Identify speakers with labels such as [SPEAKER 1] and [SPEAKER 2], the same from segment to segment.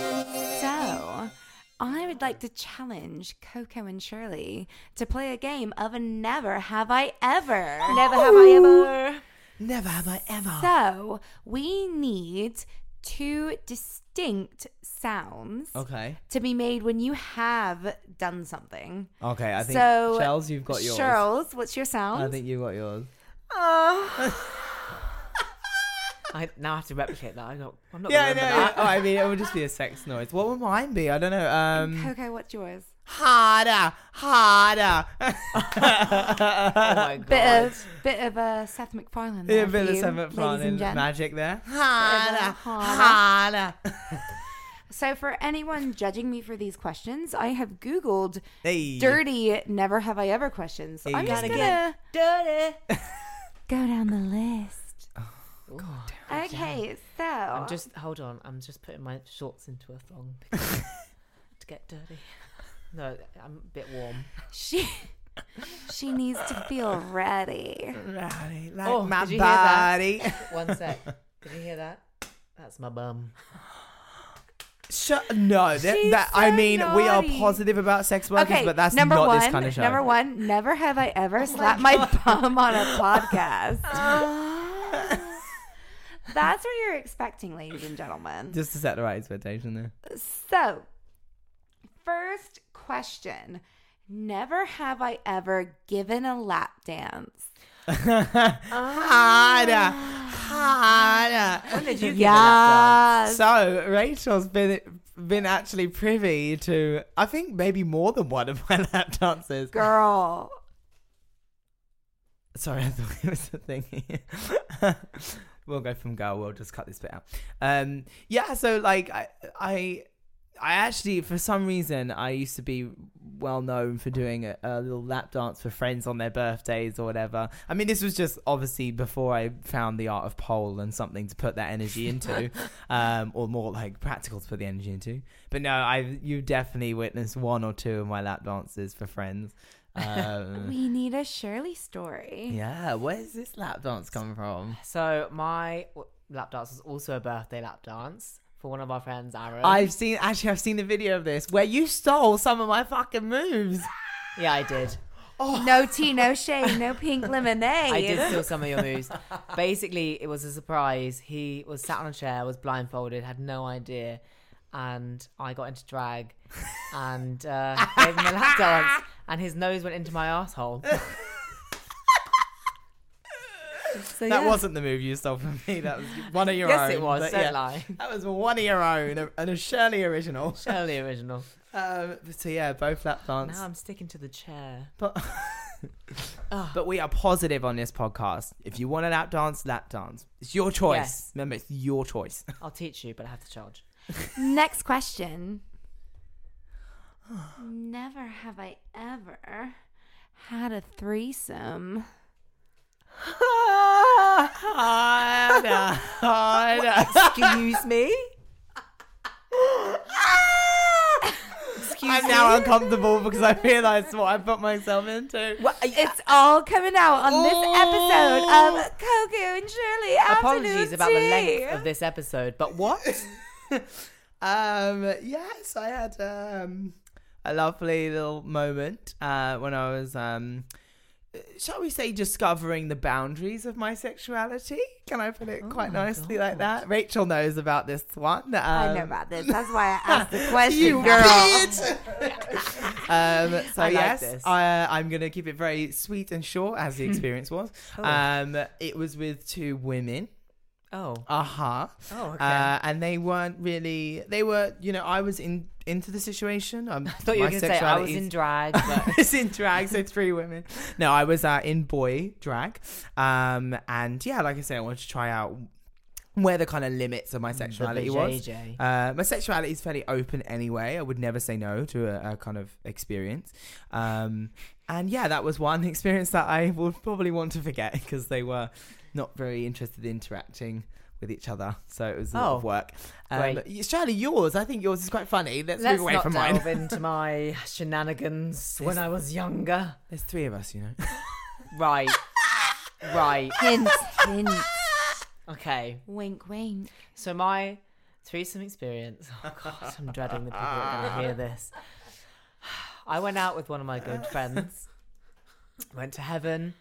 [SPEAKER 1] So, I would like to challenge Coco and Shirley to play a game of Never Have I Ever.
[SPEAKER 2] Never have I ever.
[SPEAKER 3] Never have I ever.
[SPEAKER 1] So, we need two distinct sounds
[SPEAKER 3] okay.
[SPEAKER 1] to be made when you have done something.
[SPEAKER 3] Okay. I think
[SPEAKER 1] So,
[SPEAKER 3] Charles, you've got yours.
[SPEAKER 1] Charles, what's your sound? Oh,
[SPEAKER 3] I think you've got yours.
[SPEAKER 2] I now I have to replicate that. I'm not. I'm not
[SPEAKER 3] Yeah, I
[SPEAKER 2] gonna
[SPEAKER 3] know.
[SPEAKER 2] remember
[SPEAKER 3] yeah.
[SPEAKER 2] that.
[SPEAKER 3] Oh, I mean, it would just be a sex noise. What would mine be? I don't know. Um,
[SPEAKER 1] Coco, what's yours?
[SPEAKER 3] harder, harder.
[SPEAKER 2] Oh my god.
[SPEAKER 1] Bit of bit of uh, Seth MacFarlane. there
[SPEAKER 3] Yeah, a bit
[SPEAKER 1] for
[SPEAKER 3] of
[SPEAKER 1] you,
[SPEAKER 3] Seventh
[SPEAKER 1] ladies and gents.
[SPEAKER 3] magic Ah, there.
[SPEAKER 1] Harder,
[SPEAKER 3] Harder,
[SPEAKER 1] harder.
[SPEAKER 3] harder.
[SPEAKER 1] So, for anyone judging me for these questions, I have Googled
[SPEAKER 3] Hey.
[SPEAKER 1] dirty never have I ever questions. I'm just
[SPEAKER 3] Gotta
[SPEAKER 1] gonna
[SPEAKER 3] get
[SPEAKER 1] dirty. Go down the list.
[SPEAKER 2] Ooh.
[SPEAKER 1] Okay, so
[SPEAKER 2] I'm just hold on. I'm just putting my shorts into a thong because- to get dirty. No, I'm a bit warm.
[SPEAKER 1] she she needs to feel ready.
[SPEAKER 3] Right, like
[SPEAKER 2] Oh,
[SPEAKER 3] my
[SPEAKER 2] did you hear that?
[SPEAKER 3] body.
[SPEAKER 2] One sec. Did you hear that? That's my bum.
[SPEAKER 3] Shut, no, that,
[SPEAKER 1] She's
[SPEAKER 3] that I
[SPEAKER 1] so
[SPEAKER 3] mean, we are
[SPEAKER 1] naughty.
[SPEAKER 3] positive about sex workers,
[SPEAKER 1] Okay,
[SPEAKER 3] but that's
[SPEAKER 1] number
[SPEAKER 3] not
[SPEAKER 1] one.
[SPEAKER 3] this kind of show. Oh
[SPEAKER 1] Number one, never have I ever slapped my bum on a podcast. That's what you're expecting, ladies and gentlemen.
[SPEAKER 3] Just to set the right expectation there.
[SPEAKER 1] So, first question. Never have I ever given a lap dance. Ah.
[SPEAKER 3] Harder, harder.
[SPEAKER 2] Did you
[SPEAKER 1] Yes.
[SPEAKER 3] So Rachel's been been actually privy to, I think maybe more than one of my lap dances.
[SPEAKER 1] Girl.
[SPEAKER 3] Sorry, I thought it was a thingy. we'll go from girl. We'll just cut this bit out. Um, yeah. So like, I, I, I actually, for some reason, I used to be well known for doing a, a little lap dance for friends on their birthdays or whatever. I mean, this was just obviously before I found the art of pole and something to put that energy into, um, or more like practical to put the energy into. But no, I you definitely witnessed one or two of my lap dances for friends. Um,
[SPEAKER 1] We need a Shirley story.
[SPEAKER 3] yeah, where's this lap dance come from?
[SPEAKER 2] So my w- lap dance was also a birthday lap dance for one of our friends, Aaron.
[SPEAKER 3] I've seen actually I've seen a video of this where you stole some of my fucking moves.
[SPEAKER 2] yeah, I did.
[SPEAKER 1] No tea, no shade, no pink lemonade.
[SPEAKER 2] I did steal some of your moves. Basically, it was a surprise. He was sat on a chair, was blindfolded, had no idea, and I got into drag and uh, gave him a lap dance, and his nose went into my asshole. so,
[SPEAKER 3] That
[SPEAKER 2] yeah.
[SPEAKER 3] wasn't the move you stole from me. That was one of your
[SPEAKER 2] Yes,
[SPEAKER 3] own.
[SPEAKER 2] it was.
[SPEAKER 3] but
[SPEAKER 2] Don't lie.
[SPEAKER 3] That was one of your own and a Shirley original.
[SPEAKER 2] Totally original.
[SPEAKER 3] Um, so yeah, both lap dance.
[SPEAKER 2] Now I'm sticking to the chair.
[SPEAKER 3] But but we are positive on this podcast. If you want a lap dance, lap dance. It's your choice.
[SPEAKER 2] Yes.
[SPEAKER 3] Remember, it's your choice.
[SPEAKER 2] I'll teach you, but I have to charge.
[SPEAKER 1] Next question. Never have I ever had a threesome.
[SPEAKER 3] harder, harder.
[SPEAKER 2] Excuse me? Excuse
[SPEAKER 3] I'm now uncomfortable because I realised what I put myself into.
[SPEAKER 2] uh,
[SPEAKER 1] It's all coming out on this episode of Coco and Shirley.
[SPEAKER 2] Oh. Apologies
[SPEAKER 1] Afternoon
[SPEAKER 2] about the
[SPEAKER 1] Tea.
[SPEAKER 2] length of this episode, but what?
[SPEAKER 3] Um, yes, I had um, a lovely little moment uh, when I was, um, shall we say, discovering the boundaries of my sexuality. Can I put it quite
[SPEAKER 2] Oh my
[SPEAKER 3] nicely like that? Rachel knows about this one. Um,
[SPEAKER 1] I know about this. That's why I asked the question,
[SPEAKER 3] You
[SPEAKER 1] girl.
[SPEAKER 3] um, so
[SPEAKER 2] I like
[SPEAKER 3] yes,
[SPEAKER 2] this.
[SPEAKER 3] I, uh, I'm going to keep it very sweet and short, as the experience was. Um, it was with two women.
[SPEAKER 2] Oh.
[SPEAKER 3] Uh huh.
[SPEAKER 2] Oh, okay.
[SPEAKER 3] Uh, and they weren't really. They were. You know, I was in into the situation. Um, I'm,
[SPEAKER 2] I thought you were going to say I was in drag,
[SPEAKER 3] I
[SPEAKER 2] but
[SPEAKER 3] was in drag, so three women. No, I was uh, in boy drag. Um, and yeah, like I said, I wanted to try out where the kind of limits of my sexuality was.
[SPEAKER 2] JJ.
[SPEAKER 3] Uh, my sexuality is fairly open anyway. I would never say no to a, a kind of experience. Um, and yeah, that was one experience that I would probably want to forget because they were not very interested in interacting with each other. So it was a lot of
[SPEAKER 2] Oh,
[SPEAKER 3] work. Um, y- Shirley, yours, I think yours is quite funny. Let's,
[SPEAKER 2] Let's
[SPEAKER 3] move away
[SPEAKER 2] not
[SPEAKER 3] from mine.
[SPEAKER 2] delve into my shenanigans when I was younger.
[SPEAKER 3] There's three of us, you know.
[SPEAKER 2] Right. right.
[SPEAKER 1] Hint, hint.
[SPEAKER 2] Okay.
[SPEAKER 1] wink, wink.
[SPEAKER 2] So my threesome experience. Oh God, I'm dreading the people that are going to hear this. I went out with one of my good friends. Went to heaven.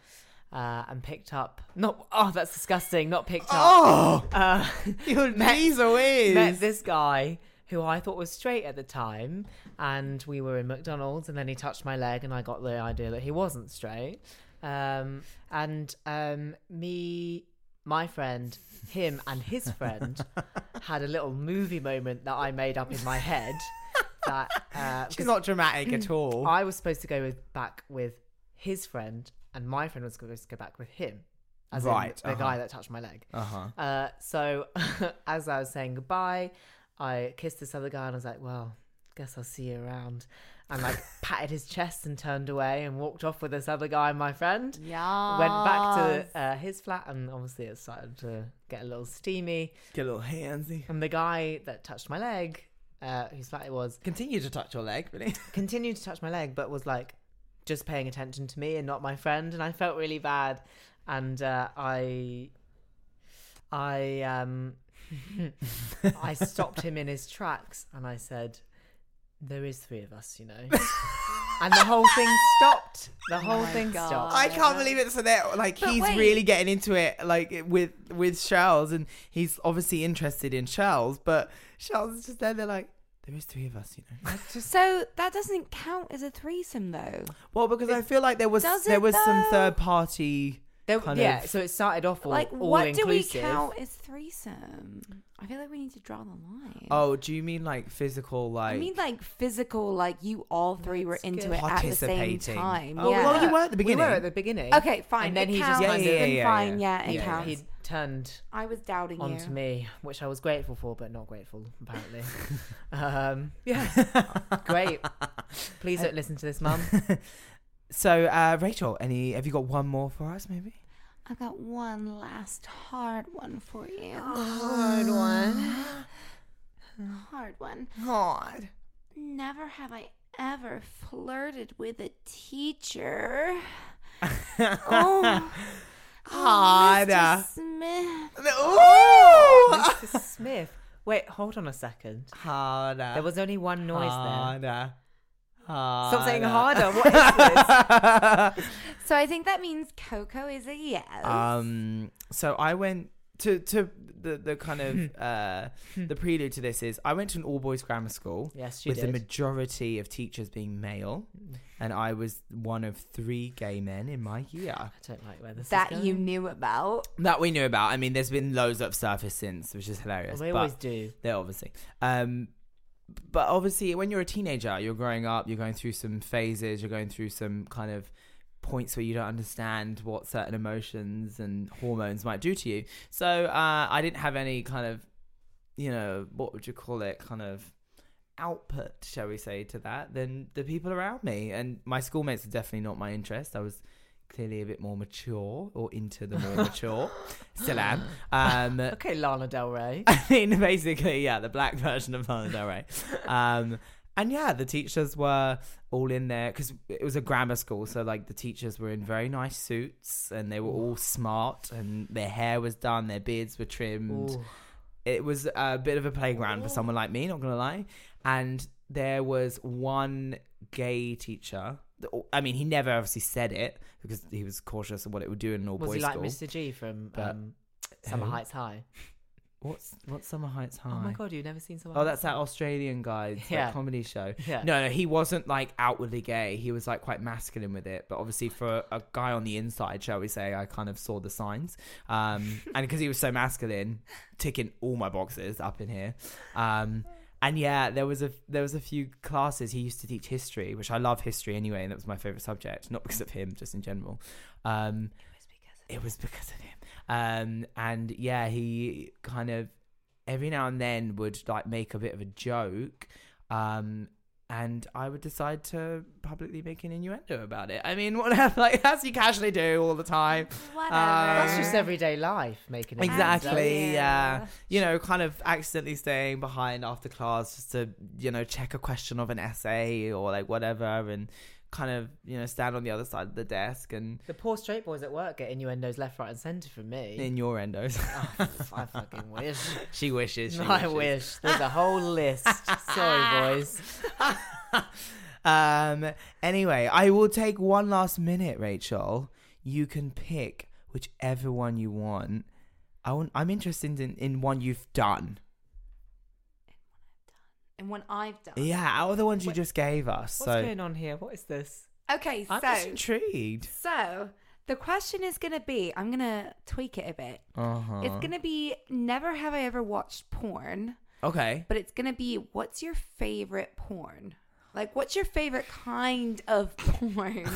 [SPEAKER 2] Uh, and picked up not oh that's disgusting not picked up
[SPEAKER 3] Oh,
[SPEAKER 2] uh,
[SPEAKER 3] your knees are
[SPEAKER 2] met
[SPEAKER 3] weird.
[SPEAKER 2] this guy who I thought was straight at the time, and we were in McDonald's, and then he touched my leg, and I got the idea that he wasn't straight. Um, and um, me, my friend, him, and his friend had a little movie moment that I made up in my head. That uh,
[SPEAKER 3] She's not dramatic at all.
[SPEAKER 2] I was supposed to go with, back with his friend, and my friend was supposed to go back with him, as in
[SPEAKER 3] Right,
[SPEAKER 2] the
[SPEAKER 3] uh-huh.
[SPEAKER 2] guy that touched my leg.
[SPEAKER 3] Uh huh.
[SPEAKER 2] Uh, so as I was saying goodbye, I kissed this other guy and I was like, well, guess I'll see you around. And like patted his chest and turned away and walked off with this other guy, my friend.
[SPEAKER 1] Yeah.
[SPEAKER 2] Went back to uh, his flat and obviously it started to get a little steamy.
[SPEAKER 3] Get a little handsy.
[SPEAKER 2] And the guy that touched my leg, uh, whose flat it was,
[SPEAKER 3] Continue to touch your leg, really.
[SPEAKER 2] continued to touch my leg, but was like just paying attention to me and not my friend, and I felt really bad. And uh, I, I, um, I stopped him in his tracks, and I said, "There is three of us, you know." and the whole thing stopped. The whole
[SPEAKER 1] Oh my
[SPEAKER 2] thing
[SPEAKER 1] God.
[SPEAKER 2] stopped.
[SPEAKER 3] I can't believe it's so there. Like
[SPEAKER 1] But
[SPEAKER 3] he's
[SPEAKER 1] wait.
[SPEAKER 3] really getting into it, like with with Charles, and he's obviously interested in Charles, but Charles is just there. They're like, there is three of us, you know.
[SPEAKER 1] So that doesn't count as a threesome, though.
[SPEAKER 3] Well, because I feel like there was
[SPEAKER 1] Does
[SPEAKER 3] there
[SPEAKER 1] it
[SPEAKER 3] was some
[SPEAKER 1] though?
[SPEAKER 3] third party.
[SPEAKER 2] There-
[SPEAKER 3] kind
[SPEAKER 2] yeah,
[SPEAKER 3] of-
[SPEAKER 2] so it started off all,
[SPEAKER 1] like,
[SPEAKER 2] all
[SPEAKER 1] what
[SPEAKER 2] inclusive.
[SPEAKER 1] do we count as threesome? I feel like we need to draw the line.
[SPEAKER 3] Oh, do you mean like physical, like?
[SPEAKER 1] I mean, like physical, like you all three were into it at the same
[SPEAKER 3] Participating.
[SPEAKER 1] time.
[SPEAKER 3] Oh,
[SPEAKER 1] yeah.
[SPEAKER 3] well, you were at the
[SPEAKER 2] We
[SPEAKER 3] beginning.
[SPEAKER 2] were at the beginning.
[SPEAKER 1] okay, fine.
[SPEAKER 2] And then
[SPEAKER 1] it
[SPEAKER 2] he
[SPEAKER 1] counts.
[SPEAKER 3] Yeah,
[SPEAKER 2] just kind
[SPEAKER 3] yeah,
[SPEAKER 2] of
[SPEAKER 1] then
[SPEAKER 3] yeah,
[SPEAKER 1] fine.
[SPEAKER 3] yeah.
[SPEAKER 1] Yeah, it
[SPEAKER 3] Yeah,
[SPEAKER 1] counts.
[SPEAKER 2] he turned
[SPEAKER 1] I was doubting you.
[SPEAKER 2] onto me, which I was grateful for, but not grateful apparently. um, yeah, Uh, great. Please don't listen to this, mum.
[SPEAKER 3] so, uh, Rachel, any? Have you got one more for us, maybe?
[SPEAKER 1] I got one last hard one for you.
[SPEAKER 2] Hard one.
[SPEAKER 1] Hard one.
[SPEAKER 3] God.
[SPEAKER 1] Never have I ever flirted with a teacher. oh,
[SPEAKER 3] Harder.
[SPEAKER 1] Mr. Oh, Smith.
[SPEAKER 3] Ooh!
[SPEAKER 2] Mr. Smith. Wait, hold on a second.
[SPEAKER 3] Harder.
[SPEAKER 2] There was only one noise there.
[SPEAKER 3] harder. Harder.
[SPEAKER 2] Stop saying Uh, harder. What is this?
[SPEAKER 1] So I think that means Coco is a yes.
[SPEAKER 3] Um, so I went to to the the kind of uh, the prelude to this is I went to an all boys grammar school
[SPEAKER 2] Yes, she
[SPEAKER 3] with the
[SPEAKER 2] did.
[SPEAKER 3] majority of teachers being male, and I was one of three gay men in my year
[SPEAKER 2] I don't like where this is
[SPEAKER 1] that
[SPEAKER 2] going.
[SPEAKER 1] you knew about.
[SPEAKER 3] that we knew about. I mean, there's been loads of surface since, which is hilarious.
[SPEAKER 2] We
[SPEAKER 3] but-
[SPEAKER 2] always do.
[SPEAKER 3] They're obviously. Um, but obviously, when you're a teenager, you're growing up, you're going through some phases, you're going through some kind of points where you don't understand what certain emotions and hormones might do to you. So uh, I didn't have any kind of, you know, what would you call it, kind of output, shall we say, to that than the people around me. And my schoolmates are definitely not my interest. I was clearly a bit more mature or into the more mature. Still am. Um,
[SPEAKER 2] Okay, Lana Del Rey.
[SPEAKER 3] I mean, basically, yeah, the black version of Lana Del Rey. Um, and yeah, the teachers were all in there because it was a grammar school, so like the teachers were in very nice suits and they were all smart and their hair was done, their beards were trimmed.
[SPEAKER 2] Ooh.
[SPEAKER 3] It was a bit of a playground for someone like me, not gonna lie. And there was one gay teacher. oh, I mean, he never obviously said it because he was cautious of what it would do in an all
[SPEAKER 2] Was
[SPEAKER 3] boys
[SPEAKER 2] he like
[SPEAKER 3] school.
[SPEAKER 2] Mr. G from
[SPEAKER 3] But
[SPEAKER 2] um, Summer
[SPEAKER 3] Who?
[SPEAKER 2] Heights High?
[SPEAKER 3] What's what's Summer Heights High?
[SPEAKER 2] Oh my god, you've never seen Summer
[SPEAKER 3] Oh,
[SPEAKER 2] Heights
[SPEAKER 3] that's that
[SPEAKER 2] High?
[SPEAKER 3] Australian guy that
[SPEAKER 2] Yeah.
[SPEAKER 3] comedy show.
[SPEAKER 2] Yeah.
[SPEAKER 3] No, no, he wasn't like outwardly gay. He was like quite masculine with it. But obviously, for a guy on the inside, shall we say, I kind of saw the signs. Um, and because he was so masculine, ticking all my boxes up in here. Um, and yeah, there was a there was a few classes he used to teach history, which I love history anyway, and that was my favorite subject. Not because of him, just in general. Um, it was because of him. Um, and yeah, he kind of every now and then would like make a bit of a joke. Um, and I would decide to publicly make an innuendo about it. I mean, what like as you casually do all the time.
[SPEAKER 1] Whatever.
[SPEAKER 3] Uh,
[SPEAKER 2] That's just everyday life making it
[SPEAKER 3] Exactly.
[SPEAKER 1] Absolutely.
[SPEAKER 3] Yeah. You know, kind of accidentally staying behind after class just to, you know, check a question of an essay or like whatever and kind of you know stand on the other side of the desk and
[SPEAKER 2] The poor straight boys at work get innuendos left, right, and centre from me.
[SPEAKER 3] in your endos.
[SPEAKER 2] Oh, I fucking wish.
[SPEAKER 3] she wishes. She
[SPEAKER 2] I
[SPEAKER 3] wishes.
[SPEAKER 2] wish. There's a whole list. Sorry, boys.
[SPEAKER 3] um. Anyway, I will take one last minute, Rachel. You can pick whichever one you want. I want, I'm interested in, in one you've done.
[SPEAKER 1] And when I've done.
[SPEAKER 3] Yeah, out of the ones you
[SPEAKER 2] Wait,
[SPEAKER 3] just gave us.
[SPEAKER 2] What's
[SPEAKER 3] so
[SPEAKER 2] going on here? What is this?
[SPEAKER 1] Okay,
[SPEAKER 3] I'm just
[SPEAKER 1] so
[SPEAKER 3] intrigued.
[SPEAKER 1] so the question is going to be. I'm going to tweak it a bit.
[SPEAKER 3] Uh huh.
[SPEAKER 1] It's going to be never have I ever watched porn,
[SPEAKER 3] Okay.
[SPEAKER 1] but it's going to be what's your favorite porn? Like, what's your favorite kind of porn?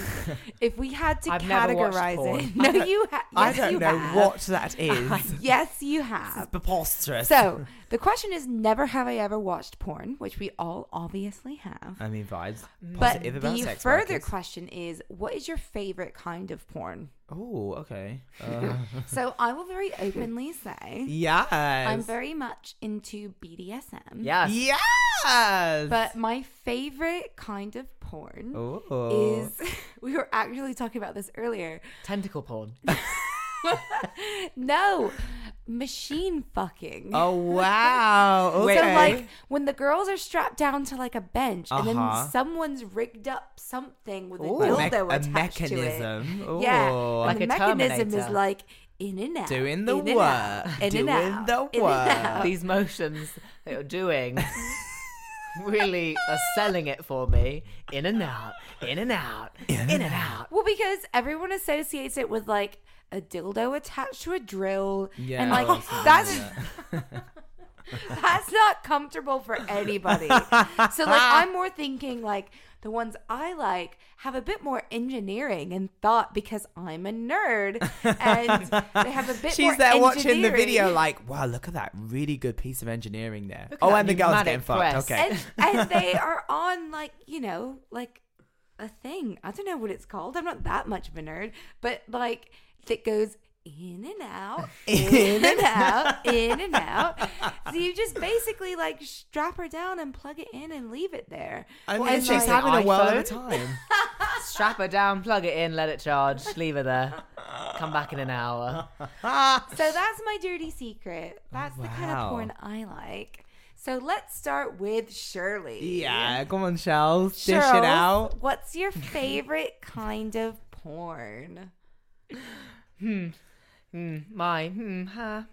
[SPEAKER 1] if we had to
[SPEAKER 2] I've never watched
[SPEAKER 1] categorize it,
[SPEAKER 2] porn.
[SPEAKER 1] no, you have.
[SPEAKER 3] I don't know what that is.
[SPEAKER 1] Yes, you
[SPEAKER 3] This is
[SPEAKER 1] have.
[SPEAKER 3] preposterous.
[SPEAKER 1] So the question is: Never have I ever watched porn, which we all obviously have.
[SPEAKER 3] I mean, vibes.
[SPEAKER 1] But
[SPEAKER 3] Positive about
[SPEAKER 1] the
[SPEAKER 3] sex
[SPEAKER 1] further
[SPEAKER 3] workers.
[SPEAKER 1] question is, what is your favorite kind of porn?
[SPEAKER 3] Oh, okay. Uh,
[SPEAKER 1] so I will very openly say
[SPEAKER 3] yes.
[SPEAKER 1] I'm very much into BDSM.
[SPEAKER 2] Yeah.
[SPEAKER 3] Yes.
[SPEAKER 1] But my favorite kind of porn
[SPEAKER 3] Oh. Ooh.
[SPEAKER 1] is we were actually talking about this earlier.
[SPEAKER 2] Tentacle porn.
[SPEAKER 1] No, machine fucking.
[SPEAKER 3] Oh wow. Okay.
[SPEAKER 1] So like when the girls are strapped down to like a bench and
[SPEAKER 3] Uh-huh.
[SPEAKER 1] then someone's rigged up something with a
[SPEAKER 2] Ooh.
[SPEAKER 3] a,
[SPEAKER 2] Like
[SPEAKER 1] dildo
[SPEAKER 3] mech- a
[SPEAKER 1] attached to
[SPEAKER 3] mechanism.
[SPEAKER 1] it.
[SPEAKER 3] Ooh.
[SPEAKER 1] Yeah, and
[SPEAKER 2] Like
[SPEAKER 1] the
[SPEAKER 2] a
[SPEAKER 1] mechanism is
[SPEAKER 2] Terminator.
[SPEAKER 1] like in and out,
[SPEAKER 3] Doing the
[SPEAKER 1] in and out,
[SPEAKER 3] work,
[SPEAKER 1] in
[SPEAKER 3] doing
[SPEAKER 1] and out,
[SPEAKER 3] the
[SPEAKER 1] in and
[SPEAKER 3] work.
[SPEAKER 1] out.
[SPEAKER 2] These motions that you're doing really are selling it for me. In and out, in and out, in, and out.
[SPEAKER 1] Well, because everyone associates it with like a dildo attached to a drill,
[SPEAKER 3] yeah.
[SPEAKER 1] and like that's that's not comfortable for anybody. so like I'm more thinking like the ones I like have a bit more engineering and thought because I'm a nerd and they have a bit more
[SPEAKER 3] She's there watching the
[SPEAKER 1] engineering.
[SPEAKER 3] video, like, wow, look at that really good piece of engineering there.
[SPEAKER 2] Look at
[SPEAKER 3] oh,
[SPEAKER 2] that
[SPEAKER 3] and the girl's getting
[SPEAKER 2] pneumatic press.
[SPEAKER 3] fucked. Okay.
[SPEAKER 1] and, and they are on like, you know, like a thing. I don't know what it's called. I'm not that much of a nerd, but like that goes in and out, in and out, in and out. So you just basically like strap her down and plug it in and leave it there.
[SPEAKER 3] I mean,
[SPEAKER 1] and
[SPEAKER 3] she's
[SPEAKER 1] like-
[SPEAKER 3] having a whirl of a
[SPEAKER 2] iPhone.
[SPEAKER 3] time.
[SPEAKER 2] Strap her down, plug it in, let it charge, leave her there. Come back in an hour.
[SPEAKER 1] So that's my dirty secret. That's the kind
[SPEAKER 3] wow.
[SPEAKER 1] of porn I like. So let's start with Shirley.
[SPEAKER 3] yeah, come on, Shells, dish
[SPEAKER 1] Shirley,
[SPEAKER 3] it out.
[SPEAKER 1] What's your favorite kind of porn?
[SPEAKER 2] Hmm, my, hmm, huh.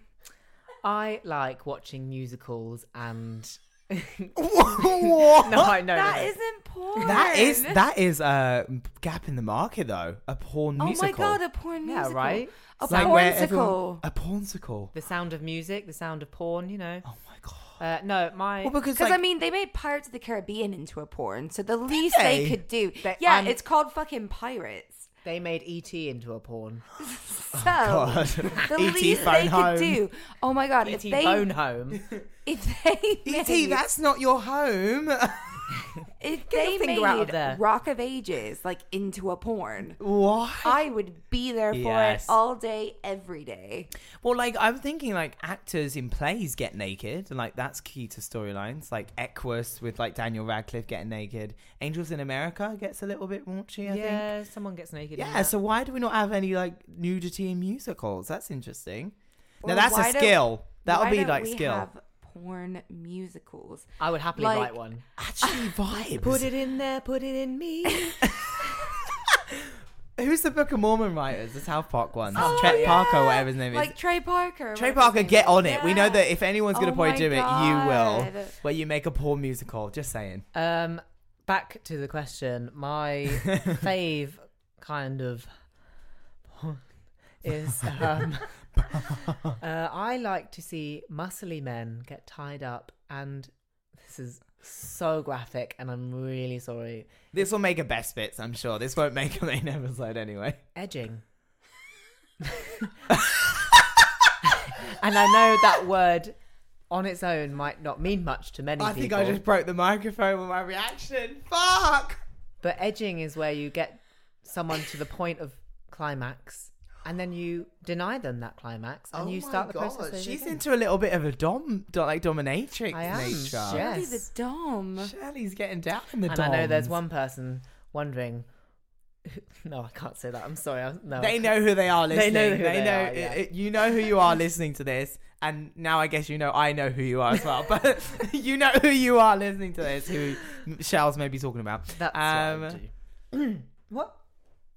[SPEAKER 2] I like watching musicals and. no, I know. no,
[SPEAKER 1] That
[SPEAKER 2] no.
[SPEAKER 1] isn't porn.
[SPEAKER 3] That is that is a gap in the market though. A porn
[SPEAKER 1] Oh
[SPEAKER 3] musical.
[SPEAKER 1] my god, a porn
[SPEAKER 2] Yeah,
[SPEAKER 1] musical.
[SPEAKER 2] right?
[SPEAKER 1] A
[SPEAKER 3] It's like where everyone-
[SPEAKER 1] pornsicle.
[SPEAKER 3] a pornsicle.
[SPEAKER 2] The sound of music, the sound of porn, you know.
[SPEAKER 3] Oh my god.
[SPEAKER 2] Uh, no, my.
[SPEAKER 3] Well, because
[SPEAKER 1] Because
[SPEAKER 3] like,
[SPEAKER 1] I mean, they made Pirates of the Caribbean into a porn, so the least
[SPEAKER 3] they?
[SPEAKER 1] they could do.
[SPEAKER 2] They-
[SPEAKER 1] yeah,
[SPEAKER 2] I'm-
[SPEAKER 1] it's called fucking pirates.
[SPEAKER 2] They made E.T. into a porn.
[SPEAKER 1] So
[SPEAKER 3] Oh, God.
[SPEAKER 1] the
[SPEAKER 3] E.T.
[SPEAKER 1] least
[SPEAKER 3] phone
[SPEAKER 1] they
[SPEAKER 3] home.
[SPEAKER 1] could do. Oh my
[SPEAKER 3] E
[SPEAKER 1] god, if
[SPEAKER 2] E.T.
[SPEAKER 1] they
[SPEAKER 2] E Bone Home.
[SPEAKER 1] if they made,
[SPEAKER 3] E.T., that's not your home.
[SPEAKER 1] if
[SPEAKER 2] your
[SPEAKER 1] they made
[SPEAKER 2] finger out of there.
[SPEAKER 1] Rock of Ages like into a porn,
[SPEAKER 3] Why?
[SPEAKER 1] I would be there for
[SPEAKER 3] Yes.
[SPEAKER 1] it all day, every day.
[SPEAKER 3] Well, like I'm thinking, like actors in plays get naked, and like that's key to storylines. Like Equus with like Daniel Radcliffe getting naked. Angels in America gets a little bit raunchy, I think.
[SPEAKER 2] yeah, someone gets naked. in
[SPEAKER 3] Yeah.
[SPEAKER 2] that.
[SPEAKER 3] So why do we not have any like nudity in musicals? That's interesting.
[SPEAKER 1] Or
[SPEAKER 3] now that's
[SPEAKER 1] why
[SPEAKER 3] a
[SPEAKER 1] don't-
[SPEAKER 3] skill. That'll
[SPEAKER 1] Why
[SPEAKER 3] be
[SPEAKER 1] don't
[SPEAKER 3] like
[SPEAKER 1] we
[SPEAKER 3] skill.
[SPEAKER 1] Have porn musicals.
[SPEAKER 2] I would happily
[SPEAKER 1] Like-
[SPEAKER 2] write one.
[SPEAKER 3] Actually, vibes.
[SPEAKER 2] Put it in there, put it in me.
[SPEAKER 3] Who's the Book of Mormon writers? The South Park ones.
[SPEAKER 1] Oh,
[SPEAKER 3] Chet
[SPEAKER 1] yeah.
[SPEAKER 3] Parker, whatever his name is.
[SPEAKER 1] Like Trey Parker. whatever
[SPEAKER 3] Trey
[SPEAKER 1] his
[SPEAKER 3] Parker,
[SPEAKER 1] name
[SPEAKER 3] get
[SPEAKER 1] is.
[SPEAKER 3] on it. We know
[SPEAKER 1] Yeah.
[SPEAKER 3] that if anyone's going to
[SPEAKER 1] Oh
[SPEAKER 3] probably
[SPEAKER 1] my
[SPEAKER 3] do it, you will.
[SPEAKER 1] God.
[SPEAKER 3] Where you make a poor musical. Just saying.
[SPEAKER 2] um, back to the question. My fave kind of porn is um, uh, I like to see muscly men get tied up, and this is so graphic, and I'm really sorry.
[SPEAKER 3] This will make a best bits, I'm sure. This won't make a main episode anyway.
[SPEAKER 2] edging. and I know that word on its own might not mean much to many
[SPEAKER 3] I think
[SPEAKER 2] people.
[SPEAKER 3] I just broke the microphone with my reaction. Fuck!
[SPEAKER 2] But edging is where you get someone to the point of climax and then you deny them that climax and you start the process. over
[SPEAKER 3] Oh She's
[SPEAKER 2] again.
[SPEAKER 3] into a little bit of a dom, do- like dominatrix
[SPEAKER 2] I am,
[SPEAKER 3] nature.
[SPEAKER 2] yeah.
[SPEAKER 1] Really
[SPEAKER 2] Yes.
[SPEAKER 1] the dom.
[SPEAKER 3] Shirley's getting down in the
[SPEAKER 2] And I know there's
[SPEAKER 3] doms.
[SPEAKER 2] one person wondering. No, I can't say that. I'm sorry. I, no,
[SPEAKER 3] They know who they are
[SPEAKER 2] They
[SPEAKER 3] listening.
[SPEAKER 2] know who they
[SPEAKER 3] know-
[SPEAKER 2] are, yeah.
[SPEAKER 3] i- i- you know who you are listening to this, and now I guess you know I know who you are as well. But you know who you are listening to this. Who Shell's maybe talking about?
[SPEAKER 2] That's
[SPEAKER 3] Um,
[SPEAKER 2] what I do. what?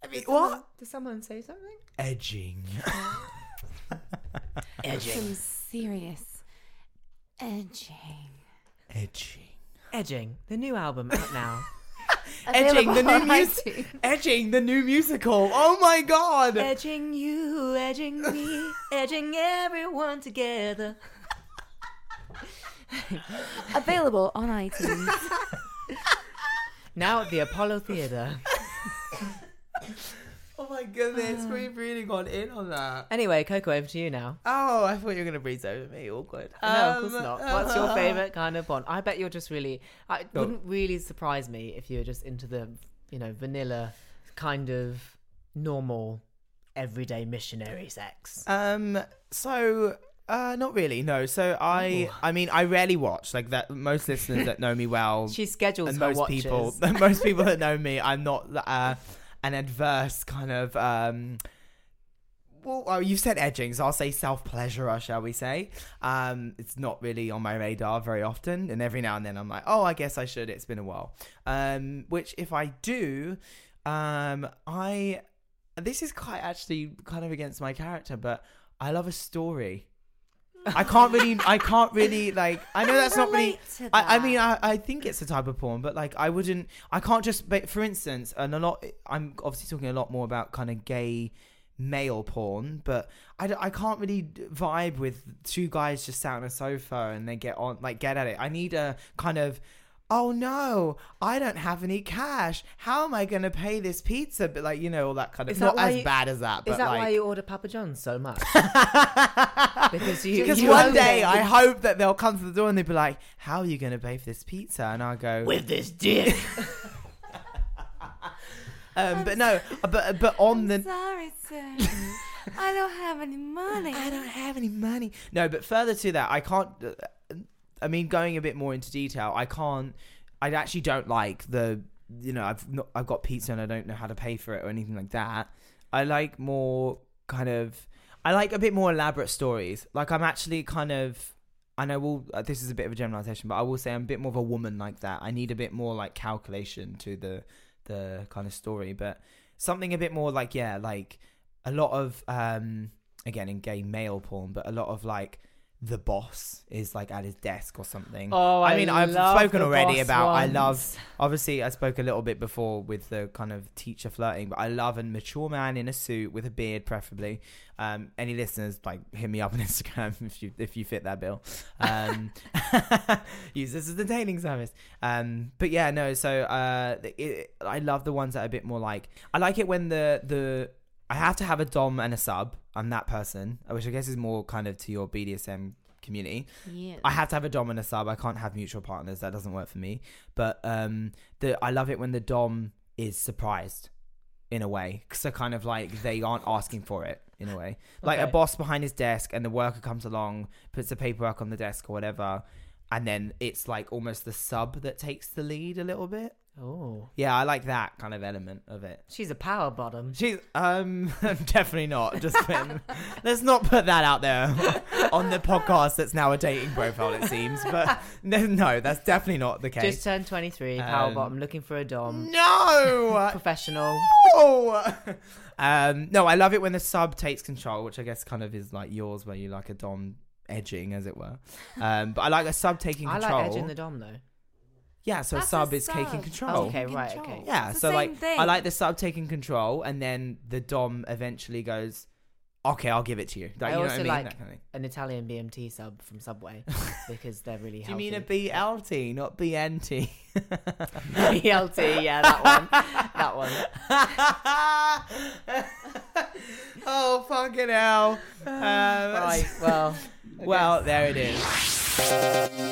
[SPEAKER 3] I mean,
[SPEAKER 2] Someone- Did someone say something?
[SPEAKER 3] edging?
[SPEAKER 2] Edging.
[SPEAKER 1] Some serious edging.
[SPEAKER 3] Edging.
[SPEAKER 2] Edging. The new album out now.
[SPEAKER 3] Edging, the
[SPEAKER 1] Available on
[SPEAKER 3] new music.
[SPEAKER 1] iTunes.
[SPEAKER 3] Edging, the new musical. Oh my god.
[SPEAKER 2] edging you, edging me, edging everyone together.
[SPEAKER 1] Available on iTunes.
[SPEAKER 2] Now at the Apollo Theatre.
[SPEAKER 3] oh my
[SPEAKER 2] Uh.
[SPEAKER 3] goodness, we've really gone in on that.
[SPEAKER 2] Anyway, Coco, over to you now.
[SPEAKER 3] Oh, I thought you were gonna breeze over me. Awkward.
[SPEAKER 2] no, of course
[SPEAKER 3] Um,
[SPEAKER 2] not. What's your
[SPEAKER 3] uh,
[SPEAKER 2] favourite kind of Bond? I bet you're just really. I it
[SPEAKER 3] Go.
[SPEAKER 2] wouldn't really surprise me if you were just into the, you know, vanilla, kind of normal, everyday missionary sex.
[SPEAKER 3] Um. So. Uh, not really, no. So I, I mean, I rarely watch. Like that, most listeners that know me well,
[SPEAKER 2] She schedules
[SPEAKER 3] and
[SPEAKER 2] her
[SPEAKER 3] most
[SPEAKER 2] watches.
[SPEAKER 3] people, most people that know me, I'm not uh, an adverse kind of. Um, well, oh, you said edging, so I'll say self pleasurer, shall we say? Um, it's not really on my radar very often, and every now and then I'm like, oh, I guess I should. It's been a while. Um, which if I do, um, I this is quite actually kind of against my character, but I love a story. I can't really, I can't really like. I know that's not really.
[SPEAKER 1] relate to
[SPEAKER 3] I, I
[SPEAKER 1] that.
[SPEAKER 3] mean, I, I think it's a type of porn, but like, I wouldn't, I can't just, but for instance, and a lot, I'm obviously talking a lot more about kind of gay male porn, but I, d- I can't really d- vibe with two guys just sat on a sofa and they get on, like, get at it. I need a kind of, oh no, I don't have any cash. How am I going to pay this pizza? But like, you know, all that kind of,
[SPEAKER 2] Is
[SPEAKER 3] not
[SPEAKER 2] that why
[SPEAKER 3] as
[SPEAKER 2] you-
[SPEAKER 3] bad as that, but
[SPEAKER 2] Is that
[SPEAKER 3] like.
[SPEAKER 2] why you order Papa John's so much? because you,
[SPEAKER 3] because
[SPEAKER 2] you
[SPEAKER 3] one
[SPEAKER 2] own
[SPEAKER 3] day
[SPEAKER 2] it.
[SPEAKER 3] I hope that they'll come to the door and they'll be like, "How are you going to pay for this pizza?" And I'll go,
[SPEAKER 2] with this dick.
[SPEAKER 3] Um, but no, but but on the
[SPEAKER 1] Sorry, sir. I don't have any money.
[SPEAKER 3] I don't have any money. No, but further to that, I can't. uh, I mean, going a bit more into detail, I can't. I actually don't like the. You know, I've not. I've got pizza and I don't know how to pay for it or anything like that. I like more kind of. I like a bit more elaborate stories. Like I'm actually kind of. I know we'll, uh, this is a bit of a generalization, but I will say I'm a bit more of a woman like that. I need a bit more like calculation to the the kind of story, but something a bit more like yeah, like a lot of um again in gay male porn, but a lot of like the boss is like at his desk or something.
[SPEAKER 2] Oh,
[SPEAKER 3] I mean, I've
[SPEAKER 2] love
[SPEAKER 3] spoken
[SPEAKER 2] the
[SPEAKER 3] already
[SPEAKER 2] boss
[SPEAKER 3] about I love.
[SPEAKER 2] ones.
[SPEAKER 3] Obviously, I spoke a little bit before with the kind of teacher flirting, but I love a mature man in a suit with a beard, preferably. Um, any listeners, like hit me up on Instagram if you if you fit that bill. Um, use this as the dating service. Um, but yeah, no. So uh, it, I love the ones that are a bit more like. I like it when the the I have to have a dom and a sub. I'm that person, which I guess is more kind of to your BDSM community.
[SPEAKER 1] Yeah.
[SPEAKER 3] I have to have a dom and a sub. I can't have mutual partners. That doesn't work for me. But um, the I love it when the dom is surprised, in a way. So kind of like they aren't asking for it in a way. Like a
[SPEAKER 2] Okay.
[SPEAKER 3] boss behind his desk, and the worker comes along, puts the paperwork on the desk or whatever, and then it's like almost the sub that takes the lead a little bit.
[SPEAKER 2] Oh,
[SPEAKER 3] Yeah, I like that kind of element of it.
[SPEAKER 2] she's a power bottom.
[SPEAKER 3] She's um definitely not. Just been, let's not put that out there on the podcast. That's now a dating profile, it seems. But no, no that's definitely not the case.
[SPEAKER 2] Just turned 23, power
[SPEAKER 3] Um,
[SPEAKER 2] bottom, looking for a dom.
[SPEAKER 3] no,
[SPEAKER 2] Professional.
[SPEAKER 3] no. Um, no, I love it when the sub takes control, which I guess kind of is like yours, where you like a dom edging, as it were. Um, but I like a sub taking
[SPEAKER 2] I
[SPEAKER 3] control.
[SPEAKER 2] like edging the dom though.
[SPEAKER 3] yeah, so
[SPEAKER 1] That's
[SPEAKER 3] a sub is taking
[SPEAKER 1] sub.
[SPEAKER 3] control.
[SPEAKER 2] Okay,
[SPEAKER 1] Taking
[SPEAKER 2] right,
[SPEAKER 1] control.
[SPEAKER 2] okay.
[SPEAKER 3] Yeah,
[SPEAKER 1] It's the
[SPEAKER 3] so
[SPEAKER 1] same
[SPEAKER 3] like
[SPEAKER 1] thing.
[SPEAKER 3] I like the sub taking control, and then the dom eventually goes, "Okay, I'll give it to you." Like,
[SPEAKER 2] I
[SPEAKER 3] you know
[SPEAKER 2] also
[SPEAKER 3] what I mean?
[SPEAKER 2] like-
[SPEAKER 3] That kind of thing.
[SPEAKER 2] An Italian BMT sub from Subway because they're really
[SPEAKER 3] Do you
[SPEAKER 2] healthy.
[SPEAKER 3] mean a BLT, not BNT?
[SPEAKER 2] BLT? Yeah, that one. That one.
[SPEAKER 3] oh fucking hell! Um,
[SPEAKER 2] Right. Well.
[SPEAKER 3] Well, there it is.